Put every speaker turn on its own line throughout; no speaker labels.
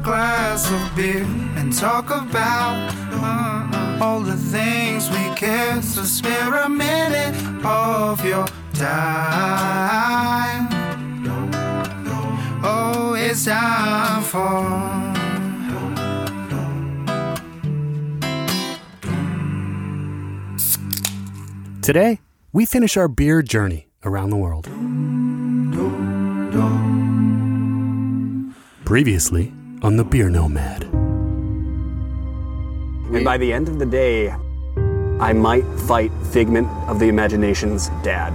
glass of beer and talk about uh, all the things we can. So spare a minute of your time. Oh, it's time for.
Today, we finish our beer journey around the world. Previously on the Beer Nomad.
And by the end of the day, I might fight Figment of the Imagination's dad.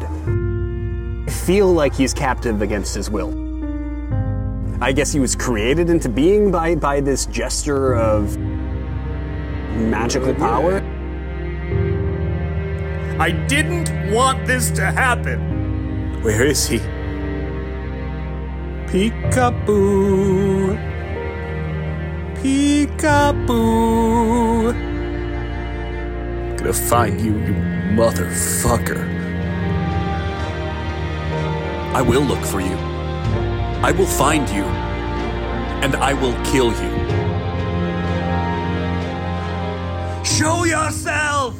I feel like he's captive against his will. I guess he was created into being by, by this gesture of magical power.
I didn't want this to happen.
Where is he?
Peekaboo. Peekaboo.
Gonna find you, you motherfucker. I will look for you. I will find you. And I will kill you.
Show yourself!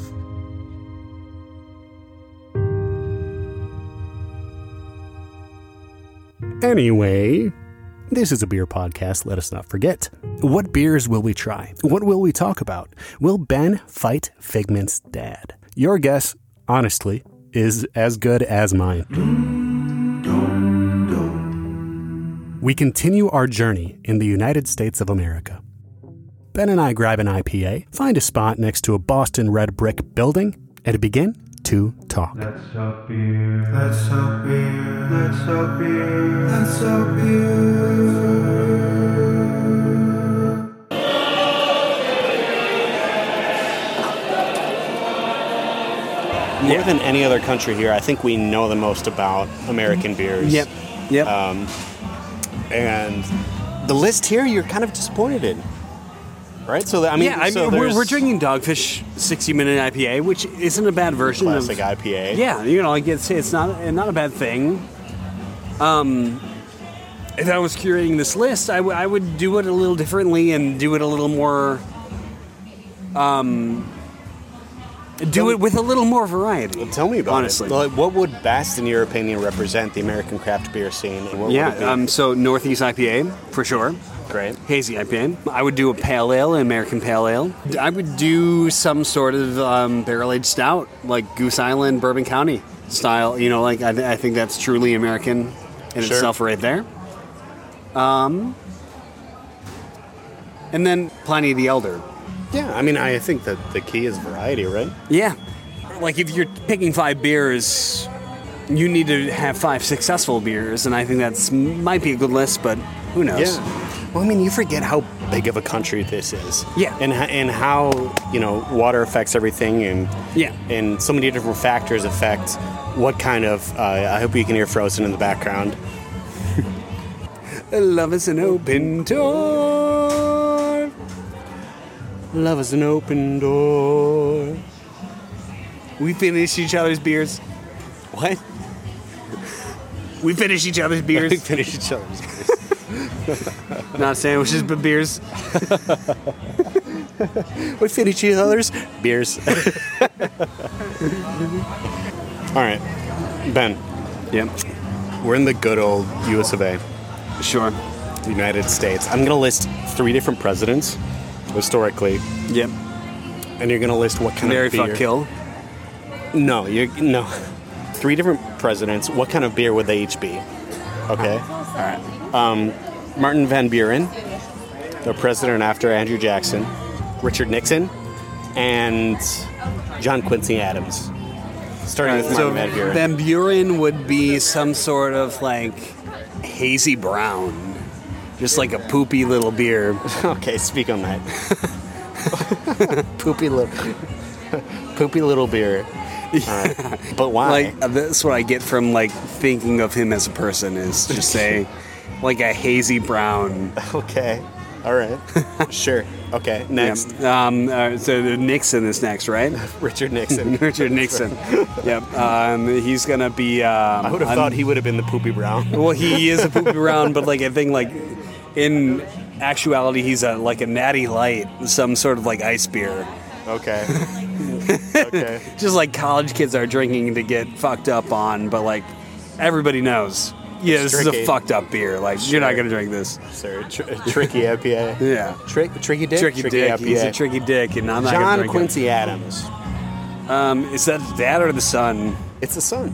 Anyway, this is a beer podcast, let us not forget. What beers will we try? What will we talk about? Will Ben fight Figment's dad? Your guess, honestly, is as good as mine. We continue our journey in the United States of America. Ben and I grab an IPA, find a spot next to a Boston red brick building, and begin to talk.
Let's up beer. Let's up beer. Let's up beer. Let's up beer.
More than any other country here, I think we know the most about American beers.
Mm-hmm. Yep.
and the list here you're kind of disappointed in right so that, i mean,
yeah, I mean,
so
we're,
there's
we're drinking Dogfish 60 Minute IPA, which isn't a bad version of
classic ipa
Yeah, you know, like it's it's not it's not a bad thing. Um, if I was curating this list, I, w- I would do it a little differently and do it a little more. Um, do it with a little more variety.
tell me about
honestly.
it Like, what would best in your opinion represent the american craft beer scene and what would it be?
Yeah, um, so Northeast IPA for sure.
Great.
Hazy IPA. I would do a pale ale, an American pale ale. I would do some sort of um, barrel aged stout, like Goose Island, Bourbon County style. You know, like I, th- I think that's truly American in
Sure.
itself, right there. Um, and then Pliny the Elder.
yeah i mean i think that the key is variety right
Yeah. Like if you're picking five beers, you need to have five successful beers, and I think that's might be a good list, but who knows?
well i mean you forget how big of a country this is
Yeah.
and, ho- and how you know water affects everything and
Yeah.
and so many different factors affect what kind of uh, i hope you can hear frozen in the background
Love is an open door.
Love is an open door.
We finish each other's beers.
What?
We finish each other's
We
beers.
finish each other's beers.
Not sandwiches, but beers.
we finish each other's beers. All right, Ben,
Yep.
we're in the good old U.S. of A.
Sure.
United States. I'm gonna list three different presidents historically,
Yep.
and you're gonna list what kind
Mary
of beer.
fuck kill.
No, you no. Three different presidents. What kind of beer would they each be? Okay. All right. Um, Martin Van Buren, the president after Andrew Jackson, Richard Nixon, and John Quincy Adams. Starting with
so
Martin Van Buren.
Van Buren would be some sort of like hazy brown. Just like a poopy little beer.
okay, speak on that. poopy little, poopy little beer. All right. But why?
Like that's what I get from like thinking of him as a person is just a like a hazy brown.
okay. All right. sure. Okay. Next,
Yeah. Um, uh, so the Nixon is next, right?
Richard Nixon.
Richard Nixon. yep. Um, he's gonna be. Um,
I would have
I'm-
thought he would have been the poopy brown.
Well, he is a poopy round, but like I think like in actuality, he's a like a natty light, some sort of like ice beer.
Okay. okay.
Just like college kids are drinking to get fucked up on, but like everybody knows. Yeah, this is
Tricky.
a fucked up beer. Like you're not
Sure.
gonna drink this.
Sorry, tr- tricky IPA.
Yeah.
Trick, tricky dick.
Tricky, dick. He's a tricky dick, and I'm not gonna
John
drink it.
Quincy Adams.
Um, is that the dad or the son?
It's the son.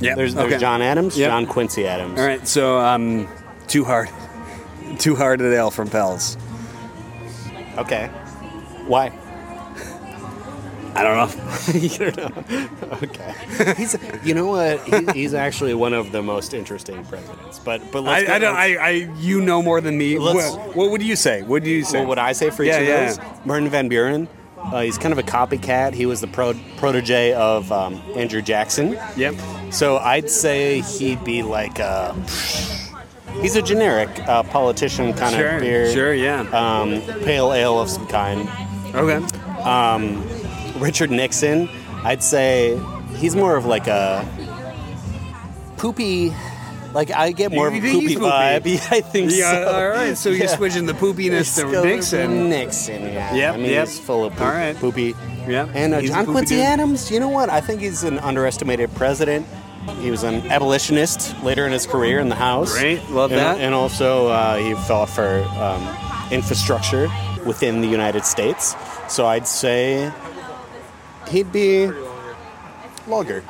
Yeah.
There's, there's John Adams,
Yep.
John Quincy Adams.
All right, so um, too hard, too hard at ale from Pell's.
Okay. Why?
I don't know.
Okay. he's, you know what? He, he's actually one of the most interesting presidents. But but let's
I, I
go-
don't. I, I you know more than me.
Let's-
What, what would you say? What do you say?
What would I say for each
Yeah,
of
yeah.
those? Martin Van Buren. Uh, he's kind of a copycat. He was the pro- protege of um, Andrew Jackson.
Yep.
So I'd say he'd be like a. He's a generic uh, politician kind
Sure.
of beer.
Sure. Yeah.
Um, pale ale of some kind.
okay.
Richard Nixon, I'd say he's more of like a poopy. Like I get more
You
of a
think
poopy,
he's
vibe.
poopy?
I think
Yeah.
so.
All right. So you're
Yeah.
switching the poopiness
It's
to
got
Nixon.
Nixon, yeah.
Yep,
I mean,
yep.
he's full of poop,
All right.
poopy.
Yep,
And uh,
he's a
John
poopy
Quincy
dude.
Adams, you know what? I think he's an underestimated president. He was an abolitionist later in his career in the House.
Great, love
and,
that.
And also, uh, he fought for um, infrastructure within the United States. So I'd say he'd be logger.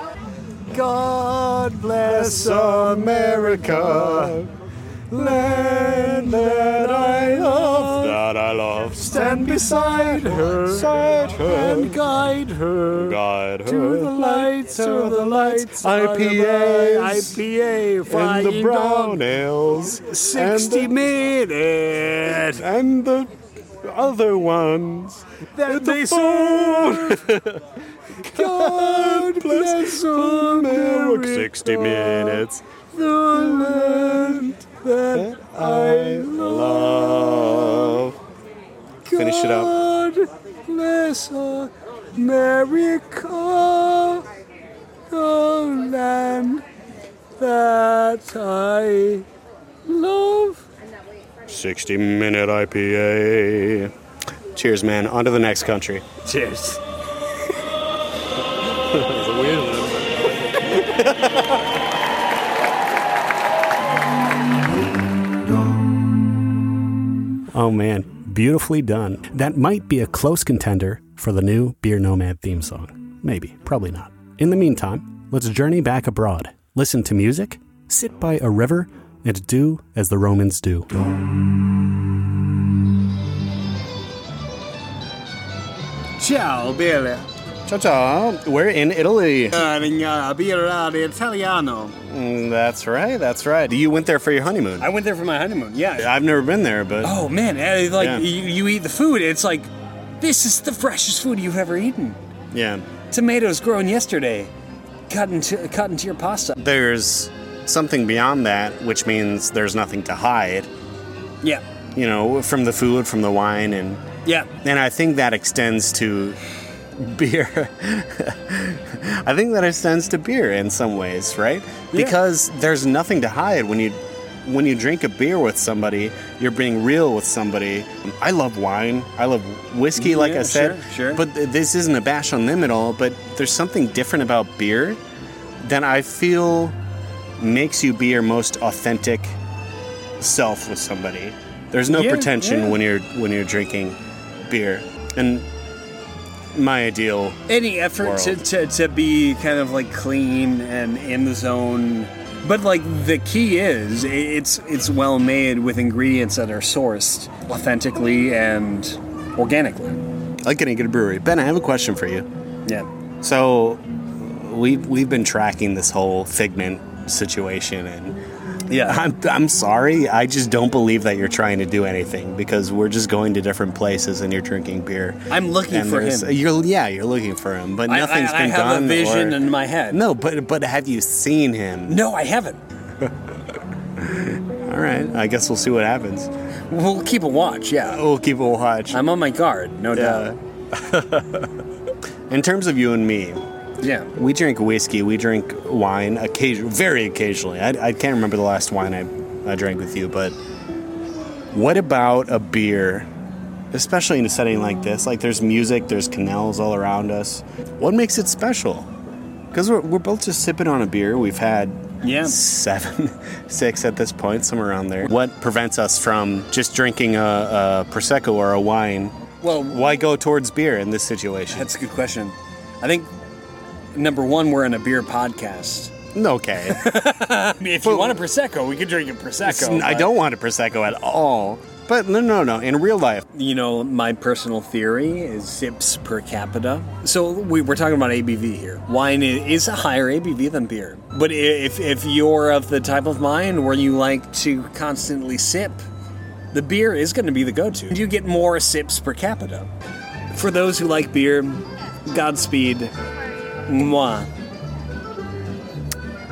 God bless America, land that I love, that I love. Stand beside her, beside her, and guide her, guide her to the lights, to the lights, IPAs, IPA, and the brown ales, sixty minutes, and the other ones that they sold. God bless America. 60 minutes. The land that I love. Finish it up. God bless America. The land that I love. 60 minute IPA. Cheers, man. On to the next country.
Cheers.
Oh man, beautifully done. That might be a close contender for the new Beer Nomad theme song. Maybe, probably not. In the meantime, let's journey back abroad, listen to music, sit by a river, and do as the Romans do.
Ciao, Billy.
Ciao, ciao. We're in Italy. Mm,
Italiano.
that's right, that's right. You went there for your honeymoon.
I went there for my honeymoon. Yeah.
I've never been there, but
Oh man, eh, like
Yeah.
you, you eat the food, it's like this is the freshest food you've ever eaten.
yeah.
Tomatoes grown yesterday, cut into cut into your pasta.
There's something beyond that, which means there's nothing to hide,
Yeah.
you know, from the food, from the wine, and
Yeah.
And I think that extends to beer. I think that extends to beer in some ways, right? Because there's nothing to hide when you when you drink a beer with somebody, you're being real with somebody. I love wine. I love whiskey, like I
Yeah,
said.
sure, sure.
But th- this isn't a bash on them at all. But there's something different about beer that I feel makes you be your most authentic self with somebody. There's no
Yeah,
pretension
yeah.
when you're when you're drinking beer. And my ideal,
Any effort to,
World.
to, to be kind of like clean and in the zone. But like the key is i- it's it's well made with ingredients that are sourced authentically and organically.
like getting a good brewery. Ben, I have a question for you.
Yeah.
So we've we've been tracking this whole figment situation and
Yeah.
I'm, I'm sorry i just don't believe that you're trying to do anything because we're just going to different places and you're drinking beer
I'm looking
And
for
there's-
him.
you're yeah you're looking for him but
I-
nothing's
I, I
been
have
done
a vision
or-
in my head.
no but but have you seen him
No, I haven't.
All right, I guess we'll see what happens.
We'll keep a watch, yeah.
We'll keep a watch.
I'm on my guard, no
Yeah. In terms of you and me,
doubt. Yeah.
we drink whiskey, we drink wine occasionally, very occasionally. I, I can't remember the last wine I, I drank with you, but What about a beer, especially in a setting like this? Like there's music, there's canals all around us. What makes it special? Because we're, we're both just sipping on a beer. We've had
Yeah.
seven, six at this point, somewhere around there. What prevents us from just drinking a, a prosecco or a wine?
Well,
Why go towards beer in this situation?
that's a good question. I think number one, we're in a beer podcast.
okay.
If you want a prosecco, we could drink a prosecco.
I
but-
don't want a prosecco at all. But no, no, no. In real life,
You know, my personal theory is sips per capita. So we, we're talking about ABV here. Wine i- is a higher ABV than beer. But i- if, if you're of the type of mind where you like to constantly sip, the beer is going to be the go to. You get more sips per capita. For those who like beer, Godspeed. Mwah.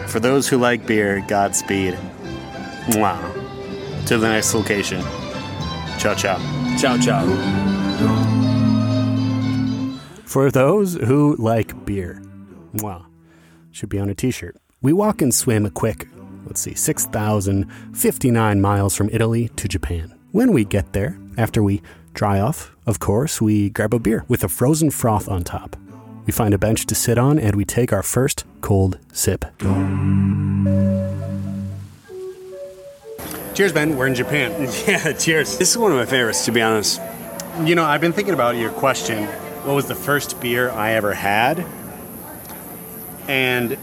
for those who like beer, Godspeed. Wow. To the next location. Ciao, ciao.
Ciao, ciao.
For those who like beer,
Wow.
should be on a t shirt. We walk and swim a quick, let's see, 6,059 miles from Italy to Japan. When we get there, after we dry off, of course, we grab a beer with a frozen froth on top. We find a bench to sit on and we take our first cold sip.
Cheers, Ben. We're in Japan.
Yeah, cheers.
This is one of my favorites, to be honest. You know, I've been thinking about your question. What was the first beer I ever had? And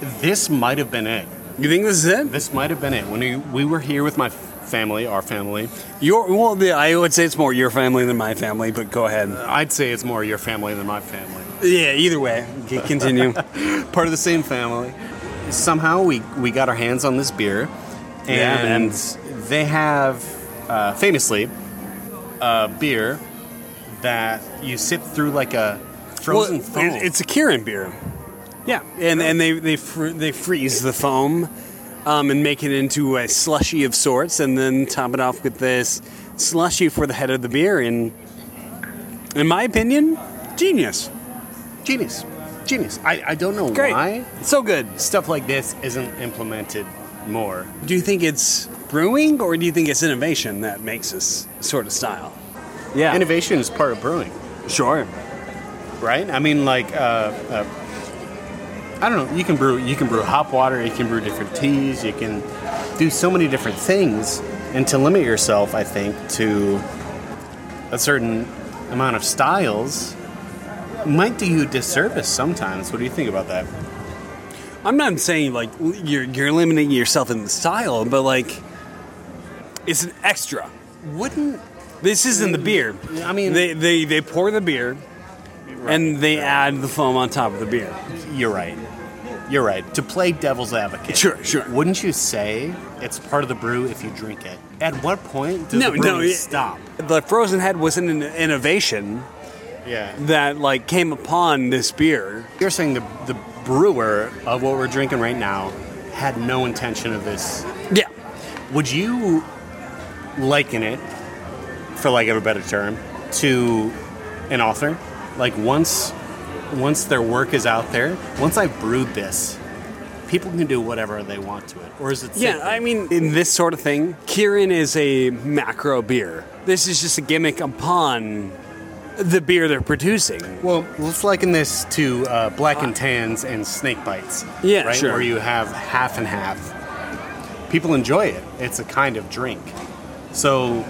this might have been it.
You think this is it?
This might have been it. When we, we were here with my family, our family,
Your well, the, I would say it's more your family than my family, but go ahead.
I'd say it's more your family than my family.
Yeah, either way, c- continue.
part of the same family. Somehow we, we got our hands on this beer,
Yeah,
and
man.
they have uh, famously a beer that you sip through like a frozen
Well,
foam.
it- it's a Kirin beer. Yeah, and and they they fr- they freeze the foam, um, and make it into a slushy of sorts, and then top it off with this slushy for the head of the beer. And in my opinion, genius.
genius, genius. I, I don't know
Great,
why
so good.
stuff like this isn't implemented more.
Do you think it's brewing, or do you think it's innovation that makes this sort of style? Yeah,
Innovation is part of brewing.
sure.
right? I mean, like, uh, uh, I don't know. You can brew, you can brew hop water. You can brew different teas. You can do so many different things, and to limit yourself, I think, to a certain amount of styles might do you a disservice sometimes. What do you think about that?
I'm not saying like l- you're you're limiting yourself in the style, but like it's an extra.
Wouldn't
This isn't the beer.
I mean-
they they, they pour the beer, and they add the foam on top of the beer.
you're right. You're right. To play devil's advocate.
Sure, sure.
Wouldn't you say it's part of the brew if you drink it? At what point does
No,
the
no,
brewing
yeah.
stop?
The frozen head was an in- innovation
Yeah.
that like came upon this beer.
You're saying the, the brewer of what we're drinking right now had no intention of this.
Yeah,
Would you liken it, for lack of a better term, to an author? Like once once their work is out there, once I've brewed this, people can do whatever they want to it. Or is it
yeah.
safe?
I mean, in this sort of thing, Kirin is a macro beer. This is just a gimmick upon the beer they're producing.
Well, let's liken this to uh, black and tans and snake bites.
Yeah,
right?
sure.
Where you have half and half. People enjoy it. It's a kind of drink. So,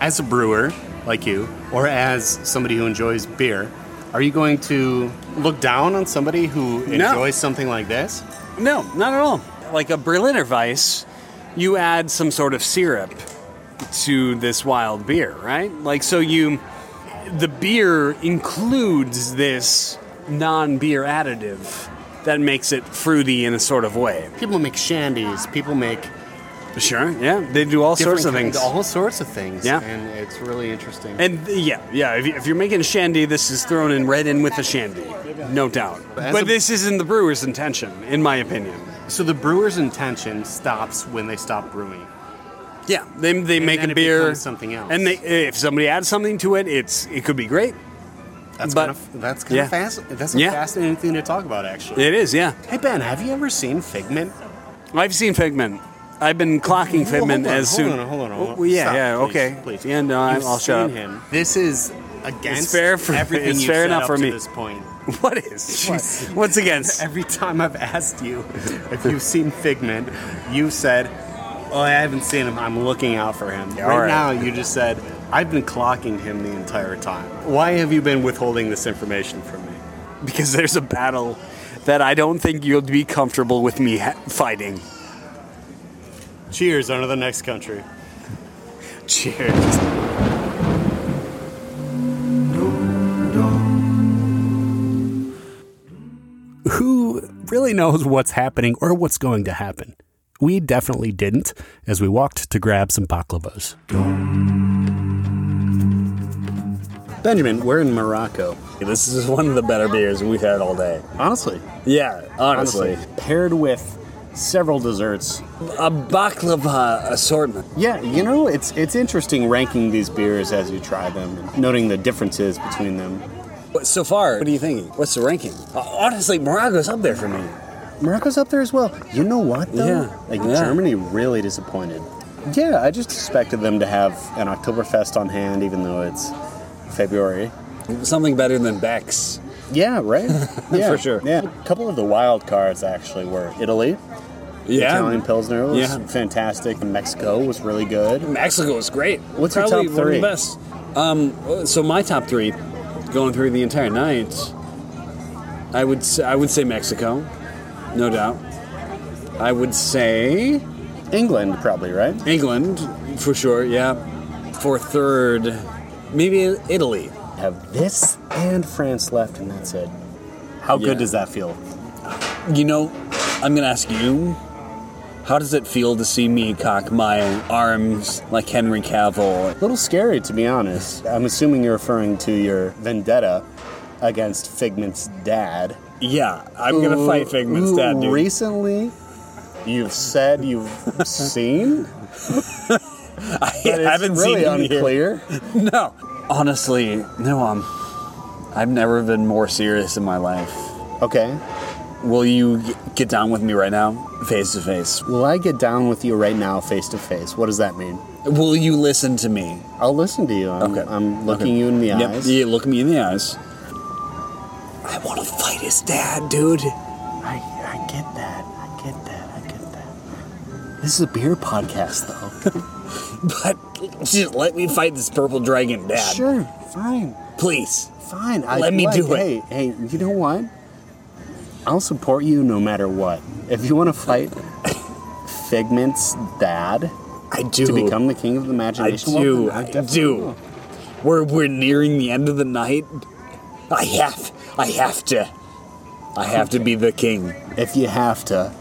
as a brewer like you, or as somebody who enjoys beer, are you going to look down on somebody who
No.
enjoys something like this?
No, not at all. Like a Berliner Weiss, you add some sort of syrup to this wild beer, right? Like, so you, the beer includes this non beer additive that makes it fruity in a sort of way.
People make shandies. People make
Sure, yeah. They do all
different
sorts of
kinds-
things.
all sorts of things.
Yeah.
and it's really interesting.
and yeah, yeah. If, you- if you're making a shandy, this is thrown in right in with the shandy, no doubt.
As
But
a-
this isn't the brewer's intention, in my opinion.
so the brewer's intention stops when they stop brewing.
Yeah, they, they make
then
a
it
beer,
becomes something else.
and they, if somebody adds something to it, it's it could be great.
That's
But-
kind of that's kind
yeah.
of fast. That's a
Yeah.
fascinating thing to talk about, actually.
It is, yeah.
Hey Ben, have you ever seen Figment?
I've seen Figment. I've been clocking Figment as soon.
Hold on, hold on, hold on.
Well, yeah,
Stop,
yeah,
please,
okay.
Please.
Yeah, no, I'm-
You've
I'll shut
seen
up.
Him. This is against
fair for-
everything
it's
you've
fair
said
enough
up
for
to
me.
this point.
What is? What's against?
Every time I've asked you if you've seen Figment, you said, "Oh, I haven't seen him. I'm looking out for him."
all
right,
right.
now, you just said, "I've been clocking him the entire time." Why have you been withholding this information from me?
Because there's a battle that I don't think you'll be comfortable with me ha- fighting.
Cheers, on to the next country.
Cheers.
who really knows what's happening or what's going to happen. We definitely didn't as we walked to grab some baklavas.
Benjamin, we're in Morocco.
This is one of the better beers we've had all day.
Honestly,
Yeah, honestly.
paired with several desserts.
A baklava assortment.
Yeah, you know, it's it's interesting ranking these beers as you try them, and noting the differences between them.
So far, what are you thinking? What's the ranking? Uh, honestly, Morocco's up there for me.
Morocco's up there as well. You know what though?
Yeah,
Like
yeah.
Germany really disappointed. Yeah, I just expected them to have an Oktoberfest on hand even though it's February.
Something better than Beck's.
Yeah, right? yeah.
For sure.
Yeah. A couple of the wild cards actually were Italy. Italian Pilsner was
Yeah.
fantastic. Mexico was really good.
Mexico is great.
What's your
Probably
top
One
three?
of the best. Um, so my top three, going through the entire night, I would s- I would say Mexico, no doubt. I would say
England probably, right?
England for sure. Yeah, for third, maybe Italy.
Have this and France left and that's it. How
Yeah.
good does that feel?
You know, I'm gonna ask you. How does it feel to see me cock my arms like Henry Cavill?
A little scary, to be honest. I'm assuming you're referring to your vendetta against Figment's dad.
Yeah, I'm gonna fight Figment's
Ooh,
dad, dude.
Recently, you've said you've seen.
I
but it's
haven't
really
seen him here.
unclear.
No. Honestly, no, um, I've never been more serious in my life.
Okay.
Will you g- get down with me right now, face to face?
Will I get down with you right now, face to face? What does that mean?
Will you listen to me?
I'll listen to you. I'm,
Okay.
I'm looking
Okay.
you in the
Yep,
eyes.
Yeah, look me in the eyes. I want to fight his dad, dude.
I, I get that. I get that. I get that. This is a beer podcast, though.
But just let me fight this purple dragon dad.
Sure. Fine.
Please.
Fine. I
Let me
like-
do
Hey,
it.
hey, you know what? I'll support you no matter what. If you want to fight Figment's dad
I do.
to become the king of the
I
imagination, well,
do.
then
I
definitely
do.
will.
We're, we're nearing the end of the night. I have. I have to. I have to be the king.
If you have to,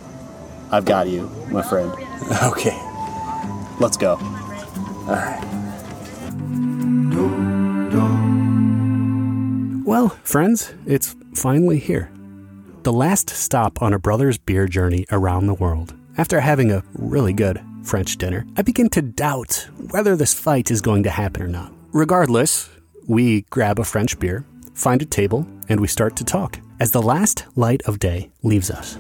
I've got you, my friend.
Okay.
Let's go.
Well, friends, it's finally here. The last stop on a brother's beer journey around the world. After having a really good French dinner, I begin to doubt whether this fight is going to happen or not. Regardless, we grab a French beer, find a table, and we start to talk as the last light of day leaves us.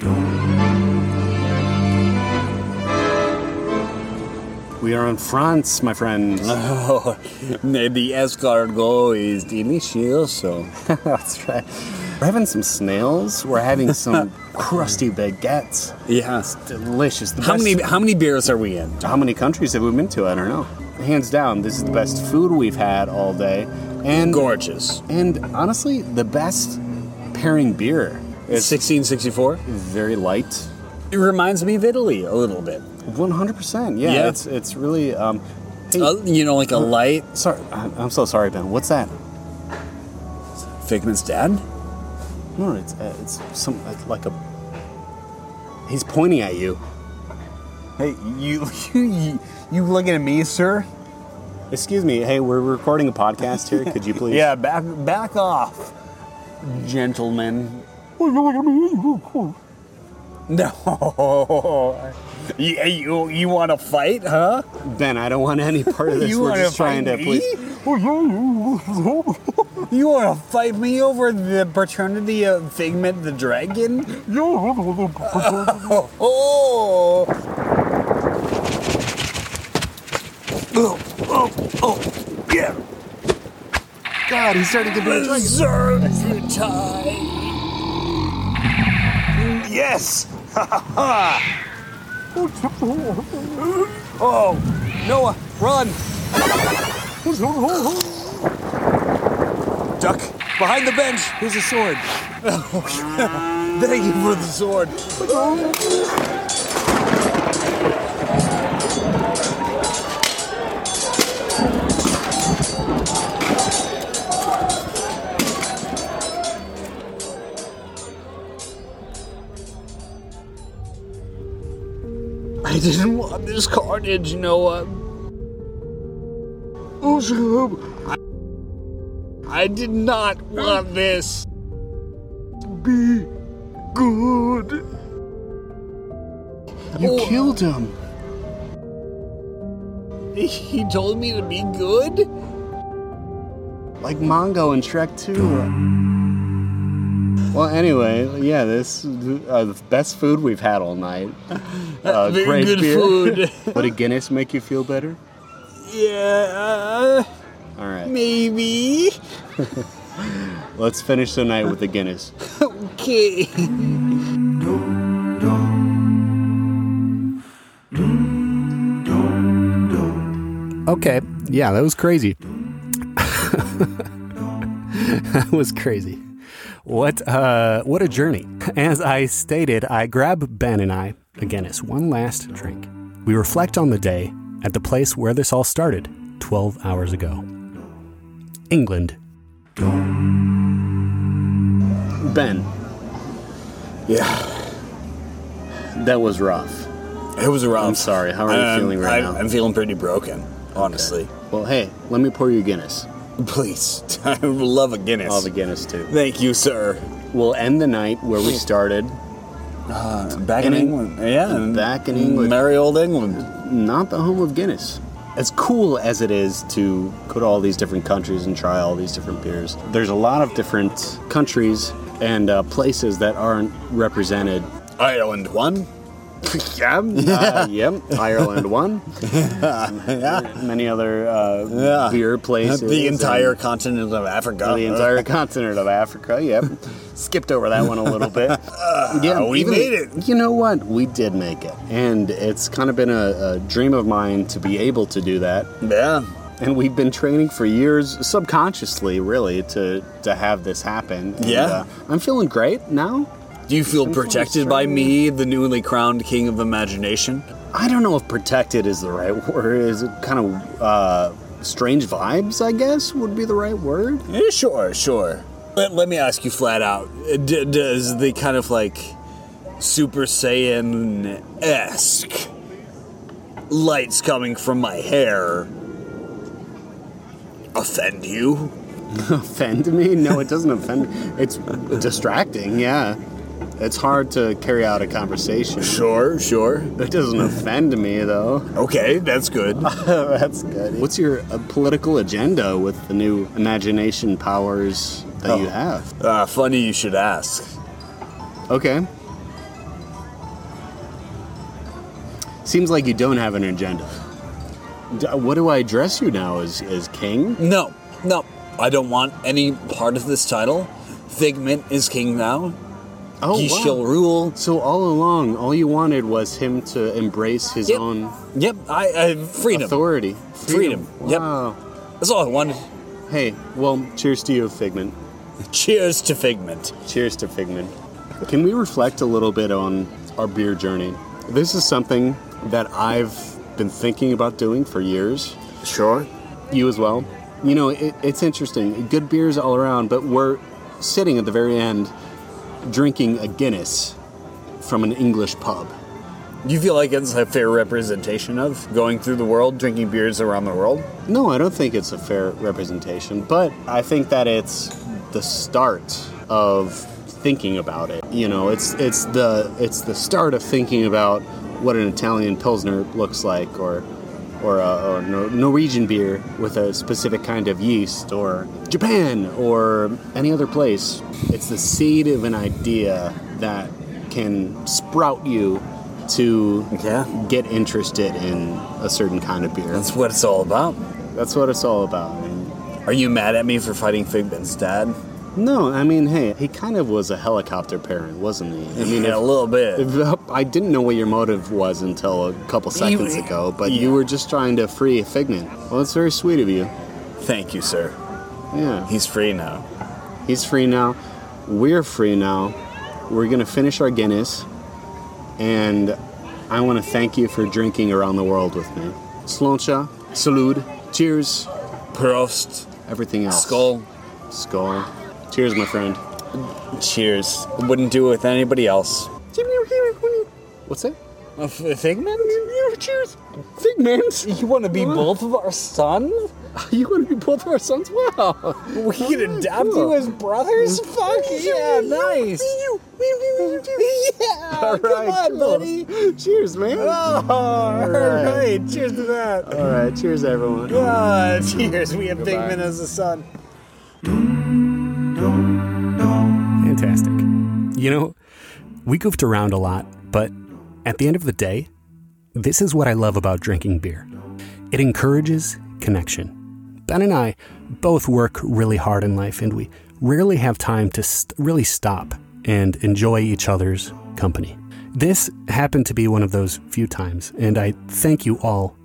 We are in France, my friend.
Oh, the escargot is delicioso.
That's right. We're having some snails. We're having some crusty baguettes.
Yes.
Delicious. The
How
best-
many how many beers are we in?
How many countries have we been to? I don't know. Hands down, this is the best food we've had all day. And
Gorgeous.
And honestly, the best pairing beer is
1664.
very light.
It reminds me of Italy a little bit.
100%. Yeah,
Yeah.
it's it's really um hey,
Uh, you know, like a light
sorry I'm, I'm so sorry Ben. What's that?
Figment's dad.
No, it's uh, it's some it's like a He's pointing at you.
Hey, you you you looking at me, sir?
Excuse me. Hey, we're recording a podcast here. Could you please?
Yeah, back back off, gentlemen. No. You, you, you want to fight, huh?
Ben, I don't want any part of this.
You
we're
want to
just
fight
trying to
me?
please.
You want to fight me over the paternity of Figment the Dragon? Oh,
Oh, oh, oh, yeah. God, he's starting to do it. Reserve your time. Yes.
Oh, Noah, run! Duck, behind the bench. Here's a sword. Thank you for the sword.
I didn't want this carnage, Noah. Ushub, I, I did not want this. Be good. You killed him. He told me to be good?
Like Mongo in Shrek 2. Well, anyway, yeah, this uh, the best food we've had all night. Uh,
Very
great
good
beer.
food.
Would a Guinness make you feel better?
yeah,
All right,
maybe.
let's finish the night with a Guinness.
Okay.
Okay. Yeah, that was crazy. that was crazy. What uh what a journey. As I stated, I grab Ben and I again as one last drink. We reflect on the day at the place where this all started 12 hours ago. England.
Ben,
Yeah,
that was rough.
it was rough.
I'm sorry. How are you
Um,
feeling right
I'm,
now?
I'm feeling pretty broken, honestly.
Well, hey, let me pour you a Guinness.
Please, I would love a Guinness.
I'll have a Guinness too.
Thank you, sir.
We'll end the night where we started.
Back
In
in
Eng-
England, yeah, and
back in England.
merry old England.
Not the home of Guinness. As cool as it is to go to all these different countries and try all these different beers, there's a lot of different countries and uh, places that aren't represented.
Ireland won.
Uh, yep, Ireland one. Many other uh,
Yeah.
beer places.
the entire
and-
continent of Africa.
the entire continent of Africa. Yep, skipped over that one a little bit. yeah,
we
even-
made it.
You know what? We did make it, and it's kind of been a, a dream of mine to be able to do that.
yeah,
And we've been training for years, subconsciously, really, to to have this happen. And,
Yeah.
uh, I'm feeling great now.
do you feel protected by me, the newly crowned king of imagination?
I don't know if protected is the right word. Is it kind of uh, strange vibes? I guess would be the right word.
Eh, sure, sure. Let, let me ask you flat out: Uh, d- Does the kind of like Super Saiyan esque lights coming from my hair offend you?
offend me? No, it doesn't offend me. It's distracting, yeah. It's hard to carry out a conversation.
Sure, sure.
It doesn't offend me, though.
Okay, that's good.
That's good. What's your uh, political agenda with the new imagination powers that you have?
Uh, funny you should ask.
Okay. Seems like you don't have an agenda. D- what do I address you now as, as king?
No, no, I don't want any part of this title. Figment is king now.
Oh,
he
wow.
shall rule.
So all along, all you wanted was him to embrace his
Yep.
own
Yep, I, I freedom.
authority.
Freedom. Yep.
Wow.
That's all I wanted.
Hey, well, cheers to you, Figment.
Cheers to Figment.
Cheers to Figment. Can we reflect a little bit on our beer journey? This is something that I've been thinking about doing for years.
Sure.
You as well. You know, it, it's interesting. Good beers all around, but we're sitting at the very end drinking a Guinness from an English pub.
Do you feel like it's a fair representation of going through the world, drinking beers around the world?
No, I don't think it's a fair representation, but I think that it's the start of thinking about it. You know, it's it's the it's the start of thinking about what an Italian pilsner looks like, or or a, or Nor- Norwegian beer with a specific kind of yeast, or Japan, or any other place. It's the seed of an idea that can sprout you to
Yeah.
get interested in a certain kind of beer.
That's what it's all about.
That's what it's all about. And
Are you mad at me for fighting Figment's dad?
no, I mean, hey, he kind of was a helicopter parent, wasn't he? I mean,
yeah, a
if-
little bit.
if- I didn't know what your motive was until a couple seconds ago, but you were just trying to free a figment. Well, it's very sweet of you.
Thank you, sir.
Yeah.
He's free now.
He's free now. We're free now. We're going to finish our Guinness. And I want to thank you for drinking around the world with me. Sloncha, salud, cheers,
Prost.
everything else.
Skull.
Skull. Cheers, my friend.
Cheers. Wouldn't do it with anybody else.
What's that?
A f- Figment?
Cheers. Figment.
You want to be both of our sons?
You want to be both our sons? Wow.
We can adopt you as brothers? Fuck yeah, nice. Yeah,
All
come
right,
on,
cool.
buddy.
Cheers, man.
Oh,
right.
all right. Cheers to that.
All right. Cheers, everyone.
Ah, cheers. We have Figment as a son.
Fantastic. You know, we goofed around a lot, but at the end of the day, this is what I love about drinking beer it encourages connection. Ben and I both work really hard in life, and we rarely have time to st- really stop and enjoy each other's company. This happened to be one of those few times, and I thank you all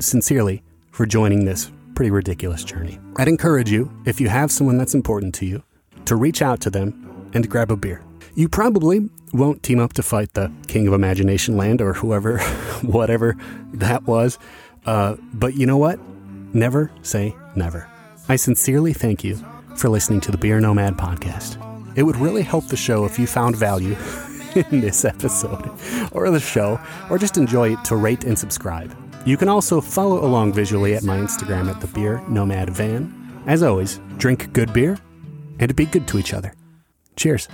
sincerely for joining this pretty ridiculous journey. I'd encourage you, if you have someone that's important to you, to reach out to them and grab a beer. You probably won't team up to fight the King of Imagination Land or whoever, whatever that was. Uh, but you know what? Never say never. I sincerely thank you for listening to the Beer Nomad podcast. It would really help the show if you found value in this episode or the show, or just enjoy it to rate and subscribe. You can also follow along visually at my Instagram at the Beer Nomad Van. As always, drink good beer and be good to each other. Cheers.